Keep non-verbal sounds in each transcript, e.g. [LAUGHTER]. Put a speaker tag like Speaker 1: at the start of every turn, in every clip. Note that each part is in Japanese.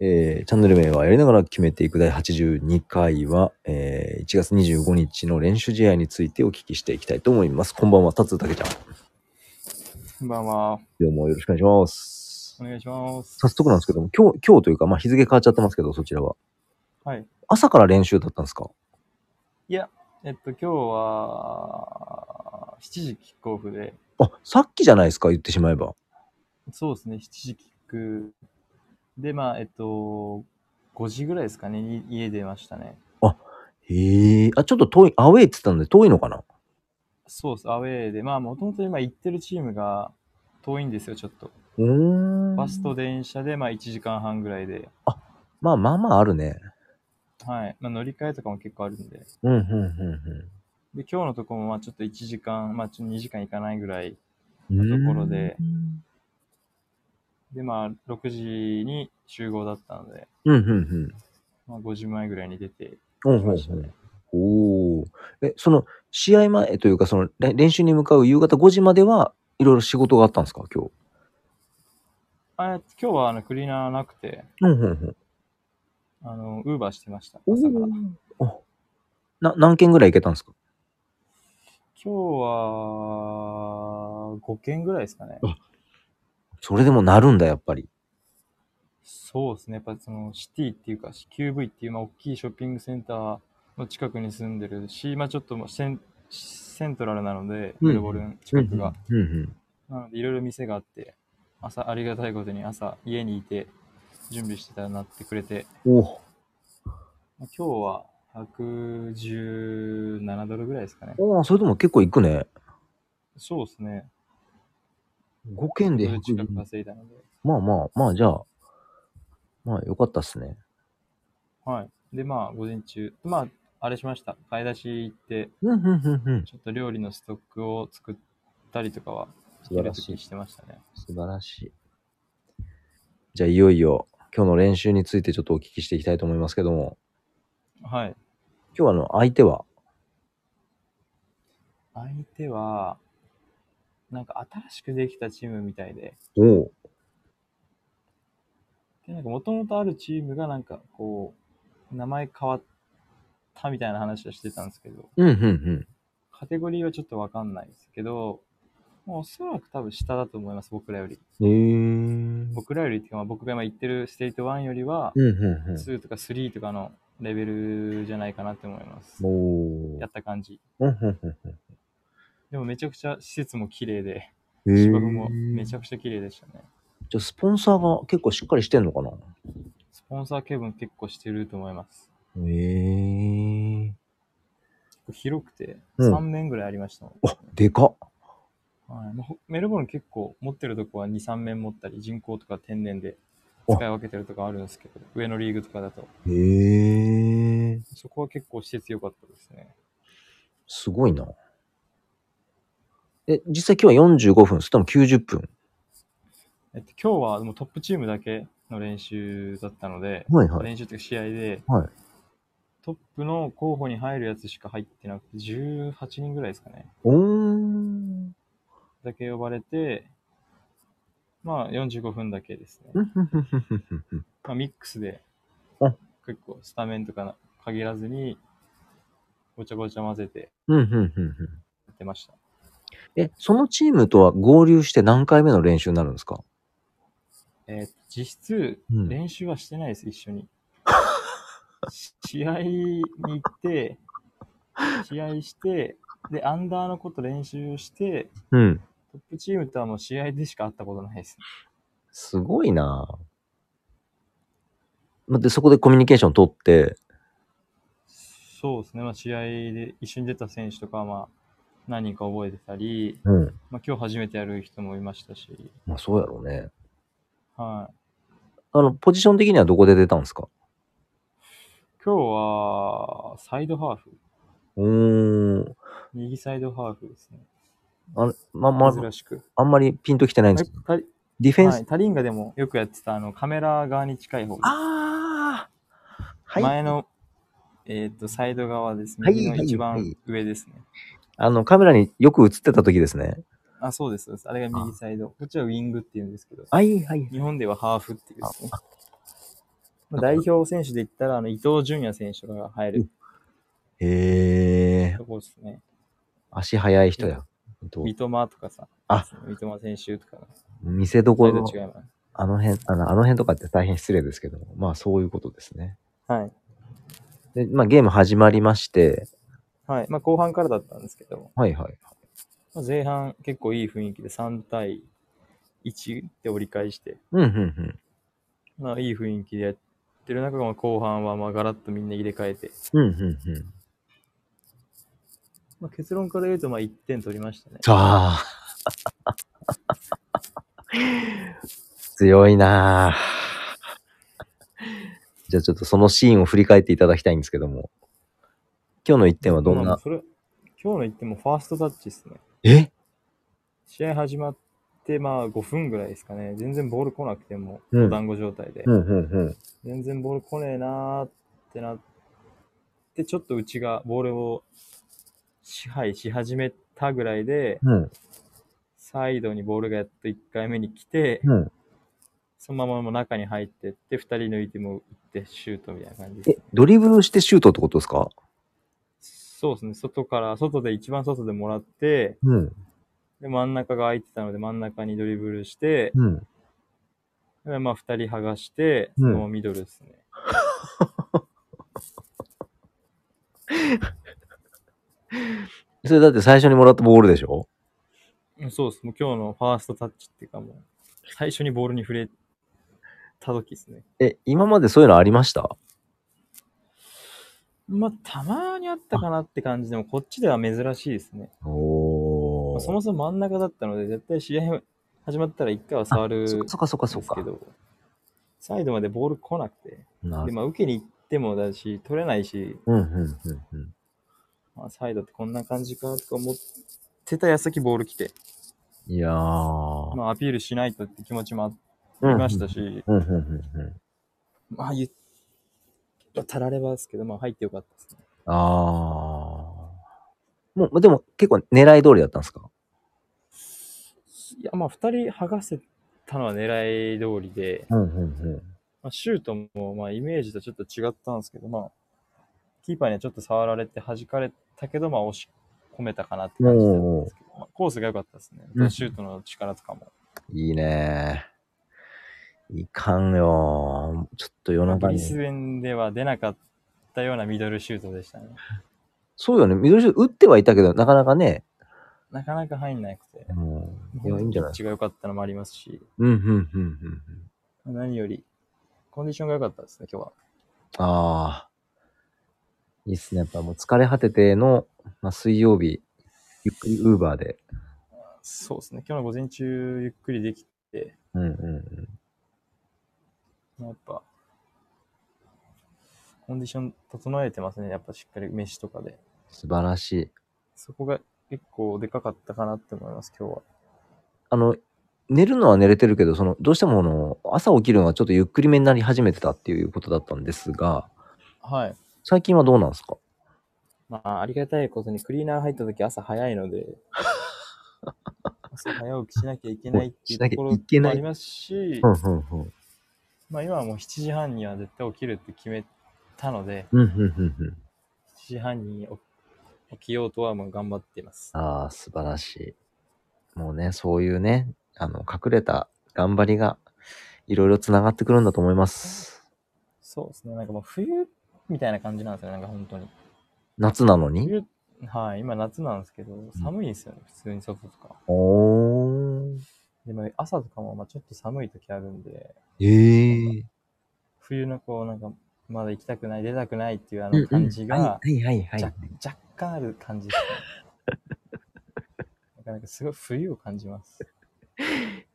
Speaker 1: えーチャンネル名はやりながら決めていく第82回は、えー1月25日の練習試合についてお聞きしていきたいと思います。こんばんは、達たけちゃん。
Speaker 2: こんばんは。
Speaker 1: どうもよろしくお願いします。
Speaker 2: お願いします。
Speaker 1: 早速なんですけども、今日、今日というか、まあ、日付変わっちゃってますけど、そちらは。
Speaker 2: はい。
Speaker 1: 朝から練習だったんですか
Speaker 2: えっと、今日は、7時キックオフで、
Speaker 1: あ、さっきじゃないですか、言ってしまえば。
Speaker 2: そうですね、7時キックで、まあ、えっと、5時ぐらいですかね、い家出ましたね。
Speaker 1: へえ。あ、ちょっと遠い、アウェイって言ったんで遠いのかな
Speaker 2: そうです、アウェーで、まあ、もともと今行ってるチームが遠いんですよ、ちょっと。
Speaker 1: うーん。
Speaker 2: バスと電車で、まあ、1時間半ぐらいで、
Speaker 1: まあまあまああるね。
Speaker 2: はい。まあ、乗り換えとかも結構あるんで。
Speaker 1: うん、うん、うん、
Speaker 2: で、今日のとこも、まあ、ちょっと1時間、まあ、ちょっと2時間行かないぐらい
Speaker 1: うん。
Speaker 2: ところで。で、まあ、6時に集合だったので、
Speaker 1: うん、うん、うん。
Speaker 2: まあ、5時前ぐらいに出て
Speaker 1: うん、
Speaker 2: き
Speaker 1: うん、う
Speaker 2: ました
Speaker 1: ん
Speaker 2: ね。。
Speaker 1: おお。え、その、試合前というか、その、れ練習に向かう夕方5時までは、いろいろ仕事があったんですか、今日。
Speaker 2: あ今日はあのクリーナーなくて、
Speaker 1: うん、うん、うん。
Speaker 2: あの、ウーバーしてました、朝から。今
Speaker 1: あな、何件ぐらい行けたんですか
Speaker 2: 日は、5件ぐらいですかね
Speaker 1: あ。それでもなるんだ、やっぱり。
Speaker 2: そうですね。やっぱそのシティっていうか、QV っていうまあ大きいショッピングセンターの近くに住んでるし、まあちょっともうセンセントラルなので、
Speaker 1: うん
Speaker 2: メルボルン近くが。
Speaker 1: うん、うん。
Speaker 2: なので、いろいろ店があって、朝、ありがたいことに朝、家にいて、準備してたらなってくれて、
Speaker 1: おお。
Speaker 2: まあ今日は117ドルぐらいですかね。
Speaker 1: おお、それでも結構行くね。
Speaker 2: そうですね。
Speaker 1: 5件で
Speaker 2: それ
Speaker 1: 100
Speaker 2: 近く稼いだので。
Speaker 1: まあまあ、まあじゃあ、まあよかったっすね。
Speaker 2: はい。で、まあ、午前中、まあ、あれしました。買い出し行って、
Speaker 1: うん、うん、うん、うん。
Speaker 2: ちょっと料理のストックを作ったりとかは、
Speaker 1: 素晴らしい
Speaker 2: 昼時してましたね。
Speaker 1: 素晴らしい。じゃあ、いよいよ、今日の練習についてちょっとお聞きしていきたいと思いますけども、
Speaker 2: はい。
Speaker 1: 今日はあの、相手は、
Speaker 2: 相手は、なんか新しくできたチームみたいで、
Speaker 1: おお、
Speaker 2: でなんか元々あるチームがなんかこう、名前変わったみたいな話はしてたんですけど、
Speaker 1: うん、うん、うん。
Speaker 2: カテゴリーはちょっとわかんないですけど、もうおそらく多分下だと思います、僕らより。
Speaker 1: へえ。
Speaker 2: 僕らよりっていうか、まあ僕が今言ってるステート1よりは、
Speaker 1: うん、うん、
Speaker 2: 2とか3とかのレベルじゃないかなって思います
Speaker 1: うん。。おお
Speaker 2: や。った感じ。
Speaker 1: うん、うん、うん
Speaker 2: でもめちゃくちゃ施設も綺麗で、
Speaker 1: うん。
Speaker 2: 芝生もめち
Speaker 1: ゃ
Speaker 2: ゃくちゃ綺麗でしたね。
Speaker 1: じゃあ、スポンサーが結構しっかりしてんのかな
Speaker 2: スポンサー気分結構してると思います。
Speaker 1: へえ。
Speaker 2: 広くて
Speaker 1: うん
Speaker 2: 3面ぐらいありましたもん。
Speaker 1: あ、でかっ。
Speaker 2: はいまあほメルボルン結構持ってるとこは2、3面持ったり、人工とか天然で使い分けてるとかあるんですけど、上のリーグとかだと。
Speaker 1: へえ。
Speaker 2: そこは結構施設良かったですね。
Speaker 1: すごいな。え、実際今日は45分、それとも90分。
Speaker 2: えっと、今日はでもトップチームだけの練習だったので、
Speaker 1: はいはい。
Speaker 2: 練習というか試合で、
Speaker 1: はい
Speaker 2: トップの候補に入るやつしか入ってなくて、18人ぐらいですかね。
Speaker 1: おー。
Speaker 2: だけ呼ばれて、まあ45分だけですね。まあ、ミックスで
Speaker 1: あ、
Speaker 2: 結構スタメンとかな限らずに、ごちゃごちゃ混ぜて
Speaker 1: うんうんうんうん
Speaker 2: やってました。
Speaker 1: え、そのチームとは合流して何回目の練習になるんですか
Speaker 2: えー実質、
Speaker 1: うん
Speaker 2: 練習はしてないです、一
Speaker 1: [LAUGHS]
Speaker 2: 緒に。し試合に行って、試合して、で、アンダーのこと練習して、
Speaker 1: うん。
Speaker 2: トップチームとはもう試合でしか会ったことないです。
Speaker 1: すごいなぁで、そこでコミュニケーション取って、
Speaker 2: そうですね、まあ、試合で一緒に出た選手とかは、まあ、何人か覚えてたり、
Speaker 1: うん。
Speaker 2: まあ、今日初めてやる人もいましたし、
Speaker 1: まあそうやろうね。
Speaker 2: はい、
Speaker 1: あの、ポジション的にはどこで出たんですか
Speaker 2: 今日はサイドハーフ、
Speaker 1: うーん。
Speaker 2: 右サイドハーフですね。
Speaker 1: あれ、ま、ま、
Speaker 2: 珍しく。
Speaker 1: あんまりピンときてないんですけど、
Speaker 2: タリ
Speaker 1: ディフェンス。
Speaker 2: はい、タリンガでもよくやってたあのカメラ側に近い方、
Speaker 1: ああはい。
Speaker 2: 前の、えー、とサイド側ですね。
Speaker 1: はい
Speaker 2: 右の一
Speaker 1: は
Speaker 2: 番
Speaker 1: い
Speaker 2: 上ですね。
Speaker 1: あの、カメラによく映ってた時ですね。
Speaker 2: あ、そうですそうです。あれが右サイド。こっちはウィングって言うんですけど、
Speaker 1: はいはい。
Speaker 2: 日本ではハーフっていうんですね。まあ代表選手で言ったら、あの伊東純也選手が入る
Speaker 1: へえ、
Speaker 2: ところですね。
Speaker 1: 足速い人や。ほんと
Speaker 2: 三笘とかさ、
Speaker 1: あ
Speaker 2: 三笘選手とか、
Speaker 1: 見せど
Speaker 2: そ
Speaker 1: こ
Speaker 2: れ
Speaker 1: ろの
Speaker 2: と違います。
Speaker 1: あの辺、あのあの辺とかって大変失礼ですけども、まあそういうことですね。
Speaker 2: はい。
Speaker 1: で、まあゲーム始まりまして、
Speaker 2: はい。まあ、後半からだったんですけど、
Speaker 1: はいはい。
Speaker 2: まあ前半結構いい雰囲気で3対1で折り返して、
Speaker 1: うんうんうん。
Speaker 2: まあ、いい雰囲気でやってる中、まあ後半はまあガラッとみんな入れ替えて、
Speaker 1: うんうんうん。
Speaker 2: まあ、結論から言うとまあ1点取りましたね。
Speaker 1: ああ。強いなあじゃあちょっとそのシーンを振り返っていただきたいんですけども。今日の1点はどん
Speaker 2: まあ
Speaker 1: な、
Speaker 2: それ今日の1点もファーストタッチですね。
Speaker 1: え
Speaker 2: 試合始まってまあ5分ぐらいですかね。全然ボール来なくても、
Speaker 1: うん
Speaker 2: お団子状態で、
Speaker 1: うんうん
Speaker 2: 全然ボール来ねえなーってなって、ちょっとうちがボールを支配し始めたぐらいで、
Speaker 1: うん。うん
Speaker 2: サイドにボールがやっと1回目に来て、
Speaker 1: うん。
Speaker 2: そのままもう中に入ってって、2人抜いても打ってシュートみたいな感じで
Speaker 1: え
Speaker 2: す。、
Speaker 1: ドリブルしてシュートってことですか
Speaker 2: そうですね、外から、外で一番外でもらって、
Speaker 1: うん。
Speaker 2: で真ん中が空いてたので真ん中にドリブルして、
Speaker 1: うん。
Speaker 2: でまあ2人剥がして、
Speaker 1: う
Speaker 2: そ
Speaker 1: ん
Speaker 2: のミドルですね。
Speaker 1: それだって最初にもらったボールでしょ
Speaker 2: うんそうです。もう今日のファーストタッチっていうかもう、最初にボールに触れた時ですね。
Speaker 1: え、今までそういうのありました
Speaker 2: まあ、たまにあったかなって感じでも、こっちでは珍しいですね。
Speaker 1: お
Speaker 2: まあ
Speaker 1: ー。
Speaker 2: そもそも真ん中だったので、絶対試合始まったら1回は触るんです
Speaker 1: そっかそっかそっかそ
Speaker 2: け
Speaker 1: っか。
Speaker 2: ど、サイドまでボール来なくて、
Speaker 1: な
Speaker 2: で
Speaker 1: る
Speaker 2: まあ、受けに行ってもだし、取れないし、
Speaker 1: うんうんうんうん。
Speaker 2: まあ、サイドってこんな感じかとか思ってた矢先ボール来て、
Speaker 1: いやー。
Speaker 2: まあ、アピールしないとって気持ちもあり
Speaker 1: うん
Speaker 2: ましたし、
Speaker 1: うんうんうんうん。
Speaker 2: まあ言ったらればですけど、まあ入ってよかったですね。
Speaker 1: ああ。もう、でも結構狙い通りだったんですか
Speaker 2: いや、まあ2人剥がせたのは狙い通りで、
Speaker 1: うんうんうん。
Speaker 2: まあ、シュートもまあイメージとちょっと違ったんですけど、まあ、キーパーにはちょっと触られて弾かれたけど、まあ押し込めたかなって感じだったんですけど、まあ、コースが良かったですね。
Speaker 1: うん
Speaker 2: シュートの力とかも。
Speaker 1: いいねー。いかんよー。ちょっと夜
Speaker 2: まあ
Speaker 1: 中
Speaker 2: ブ
Speaker 1: に
Speaker 2: リ。スベンでは出なかったようなミドルシュートでしたね。
Speaker 1: そうよね。緑色打ってはいたけど、なかなかね。
Speaker 2: なかなか入んなくて。
Speaker 1: もういや、いいんじゃない
Speaker 2: ピッチが良かったのもありますし、
Speaker 1: うんうんうんうんうん。
Speaker 2: 何より、コンディションが良かったですね、今日は。
Speaker 1: ああ。いいっすね。やっぱもう疲れ果てての、まあ、水曜日、ゆっくりウーバーで。
Speaker 2: そうですね、今日の午前中、ゆっくりできて、
Speaker 1: うんうん
Speaker 2: やっぱ、コンディション整えてますね、やっぱしっかり飯とかで。
Speaker 1: 素晴らしい。
Speaker 2: そこが結構でかかったかなって思います、今日は。
Speaker 1: あの、寝るのは寝れてるけど、その、どうしてもあの、朝起きるのがちょっとゆっくりめになり始めてたっていうことだったんですが、
Speaker 2: はい。
Speaker 1: 最近はどうなんですか
Speaker 2: まあ、ありがたいことにクリーナー入った時朝早い
Speaker 1: [LAUGHS]
Speaker 2: ので、朝早起きしなきゃいけないっていうところ
Speaker 1: しなきゃいけ
Speaker 2: も
Speaker 1: ない
Speaker 2: ありますし、
Speaker 1: うんうんうん。
Speaker 2: まあ今はもう7時半には絶対起きるって決めたので、
Speaker 1: うんうんうんうん。
Speaker 2: 7時半に起きようとはもう頑張っています。
Speaker 1: ああ、素晴らしい。もうね、そういうね、あの、隠れた頑張りが、いろいろつながってくるんだと思います。
Speaker 2: そうですね、なんかもう冬みたいな感じなんですよね、なんか本当に。
Speaker 1: 夏なのに
Speaker 2: 冬はい、今夏なんですけど、寒いんですよね、普通に外とか。
Speaker 1: おー。
Speaker 2: でも朝とかもまあちょっと寒い時あるんで、
Speaker 1: ええ
Speaker 2: 冬のこう、なんか、まだ行きたくない、出たくないっていうあ
Speaker 1: うんう
Speaker 2: の
Speaker 1: ん
Speaker 2: 感じが
Speaker 1: は、いはいはいは
Speaker 2: 若
Speaker 1: い。
Speaker 2: 若干ある感じですね。 [LAUGHS] なんかなんかすごい冬を感
Speaker 1: [LAUGHS]
Speaker 2: じます。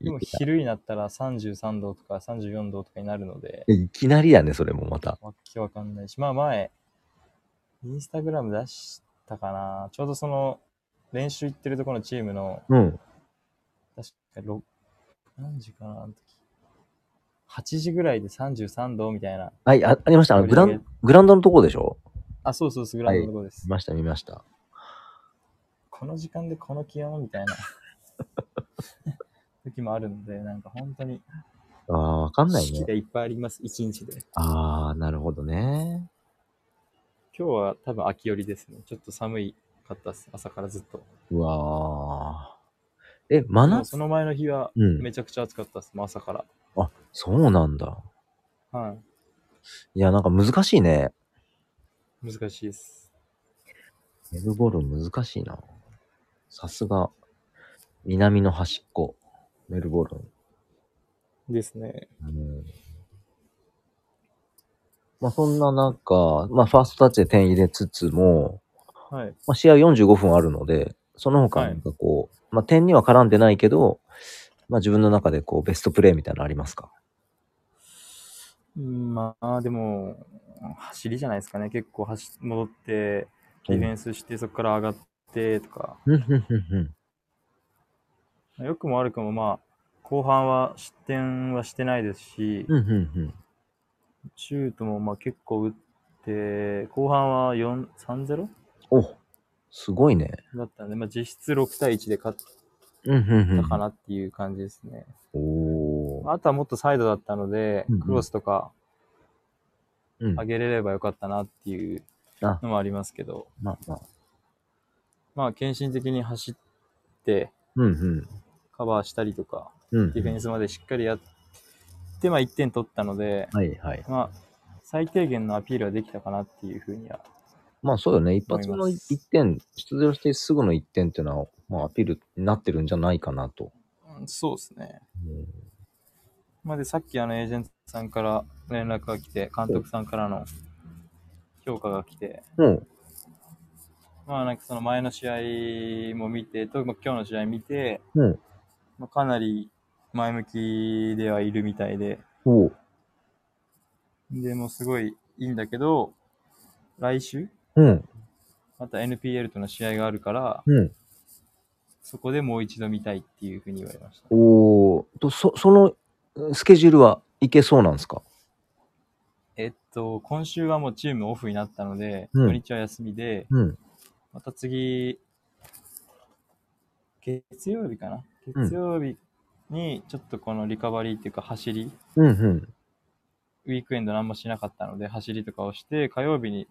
Speaker 2: でも昼になったら33度とか34度とかになるので、
Speaker 1: いきなりやね、それもまた。
Speaker 2: わけわかんないし、まあ前、インスタグラム出したかな、ちょうどその練習行ってるところのチームの、
Speaker 1: うん。
Speaker 2: 確か6、何時かな、あの時。8時ぐらいで33度みたいな。
Speaker 1: はい、あありました。あのグラン、グラウンドのとこでしょ
Speaker 2: あ、そうそうそう、グラウンドのとこです
Speaker 1: 見。ました、見ました。
Speaker 2: この時間でこ [LAUGHS] の気温みたいな時もあるので、なんか本当に
Speaker 1: ああ、わかんない
Speaker 2: 式
Speaker 1: ね。
Speaker 2: がいっぱいあります、一日で。
Speaker 1: ああ、なるほどね。
Speaker 2: 今日は多分秋寄りですね。ちょっと寒いかったです、朝からずっと。
Speaker 1: うわーえ、真
Speaker 2: でも
Speaker 1: 夏
Speaker 2: その前の日は
Speaker 1: うん。
Speaker 2: めちゃくちゃ暑かったです、もう朝から。
Speaker 1: あ、そうなんだ。
Speaker 2: はい
Speaker 1: や、なんか難しいね。
Speaker 2: い、難しいです。
Speaker 1: メルボルン難しいな。さすが、南の端っこ、メルボルン。
Speaker 2: ですね。
Speaker 1: うんまあそんな中、まあファーストタッチで点入れつつも、
Speaker 2: はい。
Speaker 1: まあ試合45分あるので、その他なんかこう、まあ点には絡んでないけど、まあ自分の中でこうベストプレーみたいなのありますか
Speaker 2: うんまあ、でも、走りじゃないですかね。結構走戻って、ディフェンスして、そこから上がってとか、
Speaker 1: うんうんうんうん
Speaker 2: よくも悪くも、まあ、後半は失点はしてないですし、
Speaker 1: うんうんうん
Speaker 2: シュートもまあ結構打って、後半は4 3-0
Speaker 1: おすごいね。
Speaker 2: だったんで、まあ、実質6対1で勝っ
Speaker 1: うんうんう
Speaker 2: た
Speaker 1: ん
Speaker 2: かなっていう感じですね。
Speaker 1: おー
Speaker 2: あとはもっとサイドだったので
Speaker 1: うんうん、
Speaker 2: クロスとか
Speaker 1: うん。
Speaker 2: 上げれればよかったなっていう
Speaker 1: あ
Speaker 2: のもありますけど、
Speaker 1: まあまあ。
Speaker 2: まあ、献身的に走って、
Speaker 1: うんうん。
Speaker 2: カバーしたりとか、
Speaker 1: うん。
Speaker 2: ディフェンスまでしっかりやって、まあ、1点取ったので、
Speaker 1: はいはい。
Speaker 2: まあ、最低限のアピールはできたかなっていうふうには、
Speaker 1: まあそうよね。一発目の
Speaker 2: 思います
Speaker 1: 1点、出場してすぐの1点っていうのは、まあアピールになってるんじゃないかなと。
Speaker 2: うんそうですね。まあ、で、さっきあのエージェントさんから連絡が来て、監督さんからの評価が来て、
Speaker 1: うん。うん
Speaker 2: まあ、なんかその前の試合も見て、とまあ今日の試合見て、
Speaker 1: うん
Speaker 2: まあ、かなり前向きではいるみたいで、
Speaker 1: おう。
Speaker 2: でもうすごいいいんだけど、来週、
Speaker 1: うん。
Speaker 2: また NPL との試合があるから、
Speaker 1: うん。
Speaker 2: そこでもう一度見たいっていうふうに言われました。
Speaker 1: おーと、そ、そのうんスケジュールはいけそうなんですか
Speaker 2: えっと、今週はもうチームオフになったので、
Speaker 1: うん
Speaker 2: 土日は休みで、
Speaker 1: うん。
Speaker 2: また次、月曜日かな月曜日にちょっとこのリカバリーっていうか走り、
Speaker 1: うんうん。
Speaker 2: ウィークエンド何もしなかったので、走りとかをして、火曜日に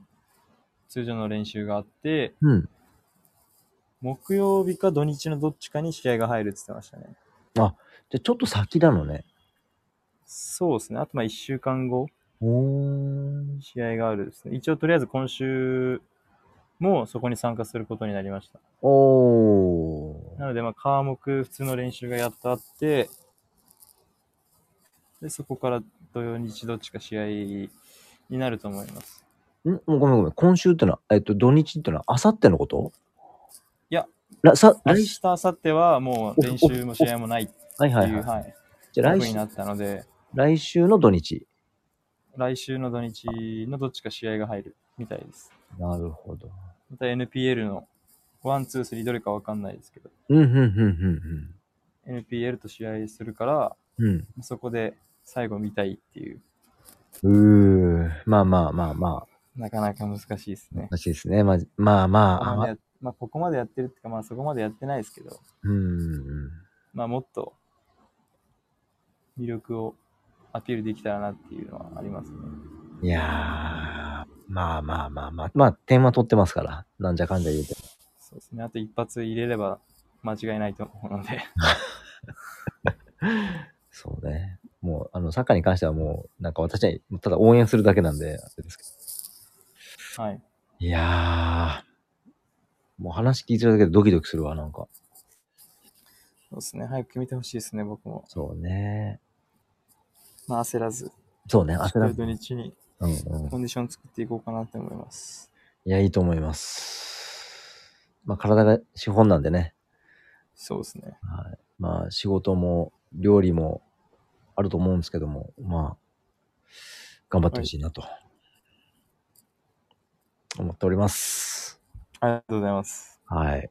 Speaker 2: 通常の練習があって、
Speaker 1: うん。
Speaker 2: 木曜日か土日のどっちかに試合が入るって言ってましたね。
Speaker 1: じゃあちょっと先なのね。
Speaker 2: そうですね。あとまあ1週間後、
Speaker 1: お
Speaker 2: 試合があるですね。一応とりあえず今週もそこに参加することになりました。
Speaker 1: お
Speaker 2: なので、まあ、科目、普通の練習がやっとあって、で、そこから土曜日どっちか試合になると思います。
Speaker 1: ーんごめんごめん。今週ってのは、えっと、土日ってのは、あさってのこと
Speaker 2: いや。
Speaker 1: らさ、
Speaker 2: 明
Speaker 1: 来
Speaker 2: 日、明後日はもう練習も試合もないってい
Speaker 1: はいはいは
Speaker 2: う、
Speaker 1: い。
Speaker 2: はい、
Speaker 1: じゃあ
Speaker 2: ラ
Speaker 1: 来
Speaker 2: フに
Speaker 1: 週
Speaker 2: な、ったので、
Speaker 1: 来週の土日。
Speaker 2: 来週の土日のどっちか試合が入るみたいです。
Speaker 1: なるほど。
Speaker 2: また NPL のワン、ツー、スリーどれかわかんないですけど、
Speaker 1: うんうんうん
Speaker 2: NPL と試合するから、
Speaker 1: うんうん。
Speaker 2: そこで最後見たいっていう、
Speaker 1: うん。うー、まあまあまあま
Speaker 2: なかなか難しいです
Speaker 1: あ
Speaker 2: ね。。
Speaker 1: らしいですね。まあまあま
Speaker 2: ここ
Speaker 1: あ
Speaker 2: ま
Speaker 1: あ
Speaker 2: でやまあ、ここまでやってるっていうか、まあ、そこまでやってないですけど、
Speaker 1: うん。
Speaker 2: まあ、もっと魅力をアピールできたらなっていうのはありますね。
Speaker 1: いやー、まあまあまあまあ。まあ、点は取ってますから。なんじゃかんじゃ言うて。
Speaker 2: そうですね。あと一発入れれば間違いないと思うので、 [LAUGHS]
Speaker 1: そうね。もう、あの、サッカーに関してはもう、なんか私は、ただ応援するだけなんで、あれですけど。
Speaker 2: はい。
Speaker 1: いやー、もう話聞いてるだけでドキドキするわ、なんか。
Speaker 2: そうですね。早く見てほしいですね、僕も。
Speaker 1: そうね。
Speaker 2: まあ、焦らず、
Speaker 1: そうね、
Speaker 2: しっ
Speaker 1: 焦
Speaker 2: からり
Speaker 1: ず。
Speaker 2: 土日に
Speaker 1: うんうん。
Speaker 2: コンディション作っていこうかなって思います。
Speaker 1: いや、いいと思います。まあ、体が資本なんでね。
Speaker 2: そうですね。
Speaker 1: はい、まあ仕事も料理もあると思うんですけどもまあ頑張ってほしいなと思っております。
Speaker 2: ありがとうございます。
Speaker 1: はい。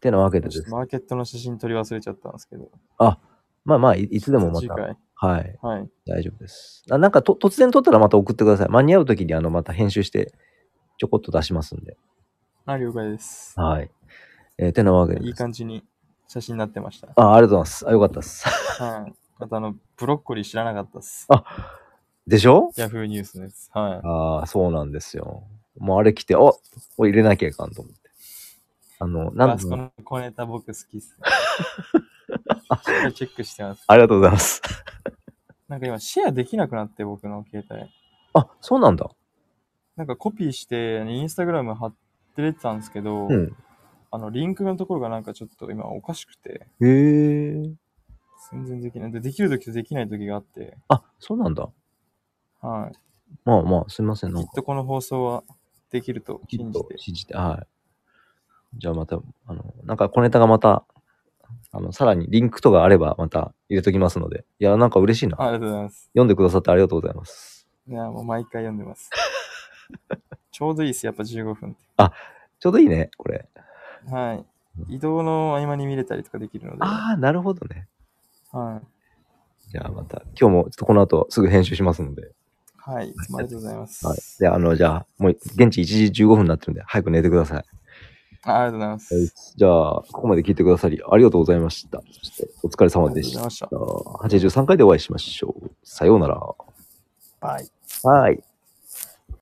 Speaker 1: てなわけで
Speaker 2: ち
Speaker 1: で
Speaker 2: ょっと
Speaker 1: す。
Speaker 2: マーケットの写真撮り忘れちゃったんですけど。
Speaker 1: まあまあいいつでもま
Speaker 2: 次
Speaker 1: た、
Speaker 2: 回。
Speaker 1: はい、
Speaker 2: はい。
Speaker 1: 大丈夫です。あなんかと突然撮ったらまた送ってください。間に合う時にあのまた編集してちょこっと出しますんで。
Speaker 2: あ、了解です。
Speaker 1: はい。えーてなわけで
Speaker 2: いい
Speaker 1: です。
Speaker 2: 感じに写真になってました。
Speaker 1: あありがとうございます。あよかったです。 [LAUGHS]
Speaker 2: はい。またあの、ブロッコリー知らなかったっす。
Speaker 1: でしょ
Speaker 2: ヤフーニュースのやつ。は
Speaker 1: ああ、そうなんですよ。もうあれ来て、おこれ入れなきゃいかんと思って。あの、
Speaker 2: い。
Speaker 1: なん
Speaker 2: あ
Speaker 1: つ
Speaker 2: そうこ
Speaker 1: の
Speaker 2: の小ネタ僕好きっす、ね。しっかりチェックしてます。
Speaker 1: ありがとうござい
Speaker 2: [LAUGHS]
Speaker 1: ます。
Speaker 2: なんか今シェアできなくなって僕の携帯。
Speaker 1: あ、そうなんだ。
Speaker 2: なんかコピーしてインスタグラム貼ってれてたんですけど、
Speaker 1: うん。
Speaker 2: あのリンクのところがなんかちょっと今おかしくて、
Speaker 1: へえ。
Speaker 2: 全然できない。で、できる時とできない時があって、
Speaker 1: あ、そうなんだ。
Speaker 2: はい。
Speaker 1: まあまあ、すいません。
Speaker 2: き
Speaker 1: な
Speaker 2: っ
Speaker 1: んか、
Speaker 2: とこの放送はできると
Speaker 1: きっ
Speaker 2: 信じ
Speaker 1: と
Speaker 2: て。
Speaker 1: 信じて、はい。じゃあまた、あの、なんか小ネタがまた、あの、さらにリンクとかあればまた入れときますので。いや、なんか嬉しいな。
Speaker 2: あありがとうございます。
Speaker 1: 読んでくださってありがとうございます。
Speaker 2: いや、もう毎回読んでます。 [LAUGHS] ちょうどいいっす、やっぱ15分って。
Speaker 1: ちょうどいいね、これ。
Speaker 2: はい。移動の合間に見れたりとかできるので。は
Speaker 1: ああ、なるほどね。
Speaker 2: い。
Speaker 1: じゃあまた、今日もちょっとこの後すぐ編集しますので。
Speaker 2: はい。いつもありがとうございます。
Speaker 1: はい。で、あの、じゃあ、もう現地1時15分になってるんで、早く寝てください。
Speaker 2: あありがとうございます。
Speaker 1: じゃあ、ここまで聞いてくださり、ありがとうございました。そして、お疲れ様
Speaker 2: ありがとう
Speaker 1: で
Speaker 2: ご
Speaker 1: し
Speaker 2: ざい
Speaker 1: た。
Speaker 2: ました。
Speaker 1: 83回でお会いしましょう。さようなら。
Speaker 2: バイ。
Speaker 1: はい。